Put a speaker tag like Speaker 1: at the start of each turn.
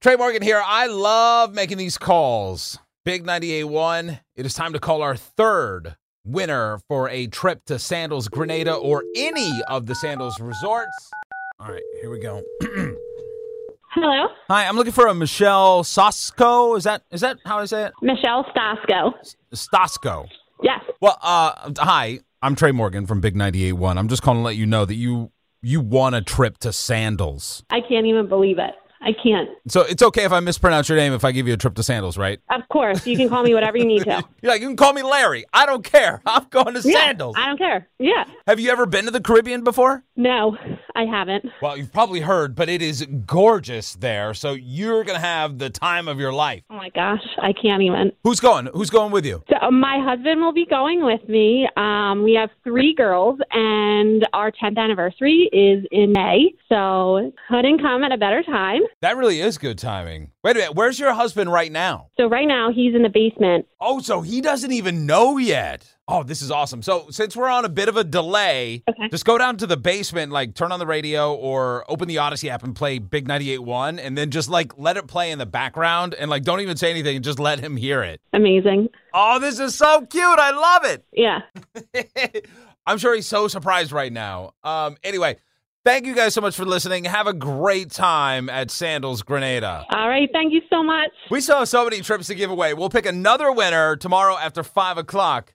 Speaker 1: Trey Morgan here. I love making these calls. Big 98.1, it is time to call our third winner for a trip to Sandals Grenada or any of the Sandals resorts. All right, here we go.
Speaker 2: Hello,
Speaker 1: Hi, I'm looking for a Michelle Sosko. Is that is that how I say it?
Speaker 2: Michelle Stasko.
Speaker 1: Stasko.
Speaker 2: Yes.
Speaker 1: Well, uh hi, I'm Trey Morgan from Big 98.1. I'm just calling to let you know that you you won a trip to Sandals.
Speaker 2: I can't even believe it. I can't.
Speaker 1: So it's okay if I mispronounce your name if I give you a trip to Sandals, right?
Speaker 2: Of course, you can call me whatever you need to.
Speaker 1: You're like, you can call me Larry. I don't care. I'm going to
Speaker 2: Yeah,
Speaker 1: Sandals.
Speaker 2: I don't care. Yeah.
Speaker 1: Have you ever been to the Caribbean before?
Speaker 2: No, I haven't.
Speaker 1: Well, you've probably heard, but it is gorgeous there. So you're going to have the time of your life.
Speaker 2: Oh my gosh, I can't even.
Speaker 1: Who's going? Who's going with you?
Speaker 2: So uh, my husband will be going with me. Um, we have three girls, and our 10th anniversary is in May. So couldn't come at a better time.
Speaker 1: That really is good timing. Wait a minute. Where's your husband right now?
Speaker 2: So right now he's in the basement.
Speaker 1: Oh, so he doesn't even know yet. Oh, this is awesome. So since we're on a bit of a delay,
Speaker 2: Okay.
Speaker 1: just go down to the basement, like turn on the radio or open the Odyssey app and play Big 98.1 and then just like let it play in the background and like don't even say anything and just let him hear it.
Speaker 2: Amazing.
Speaker 1: Oh, this is so cute. I love it.
Speaker 2: Yeah.
Speaker 1: I'm sure he's so surprised right now. Um, anyway, thank you guys so much for listening. Have a great time at Sandals Grenada.
Speaker 2: All right. Thank you so much.
Speaker 1: We still have so many trips to give away. We'll pick another winner tomorrow after five o'clock.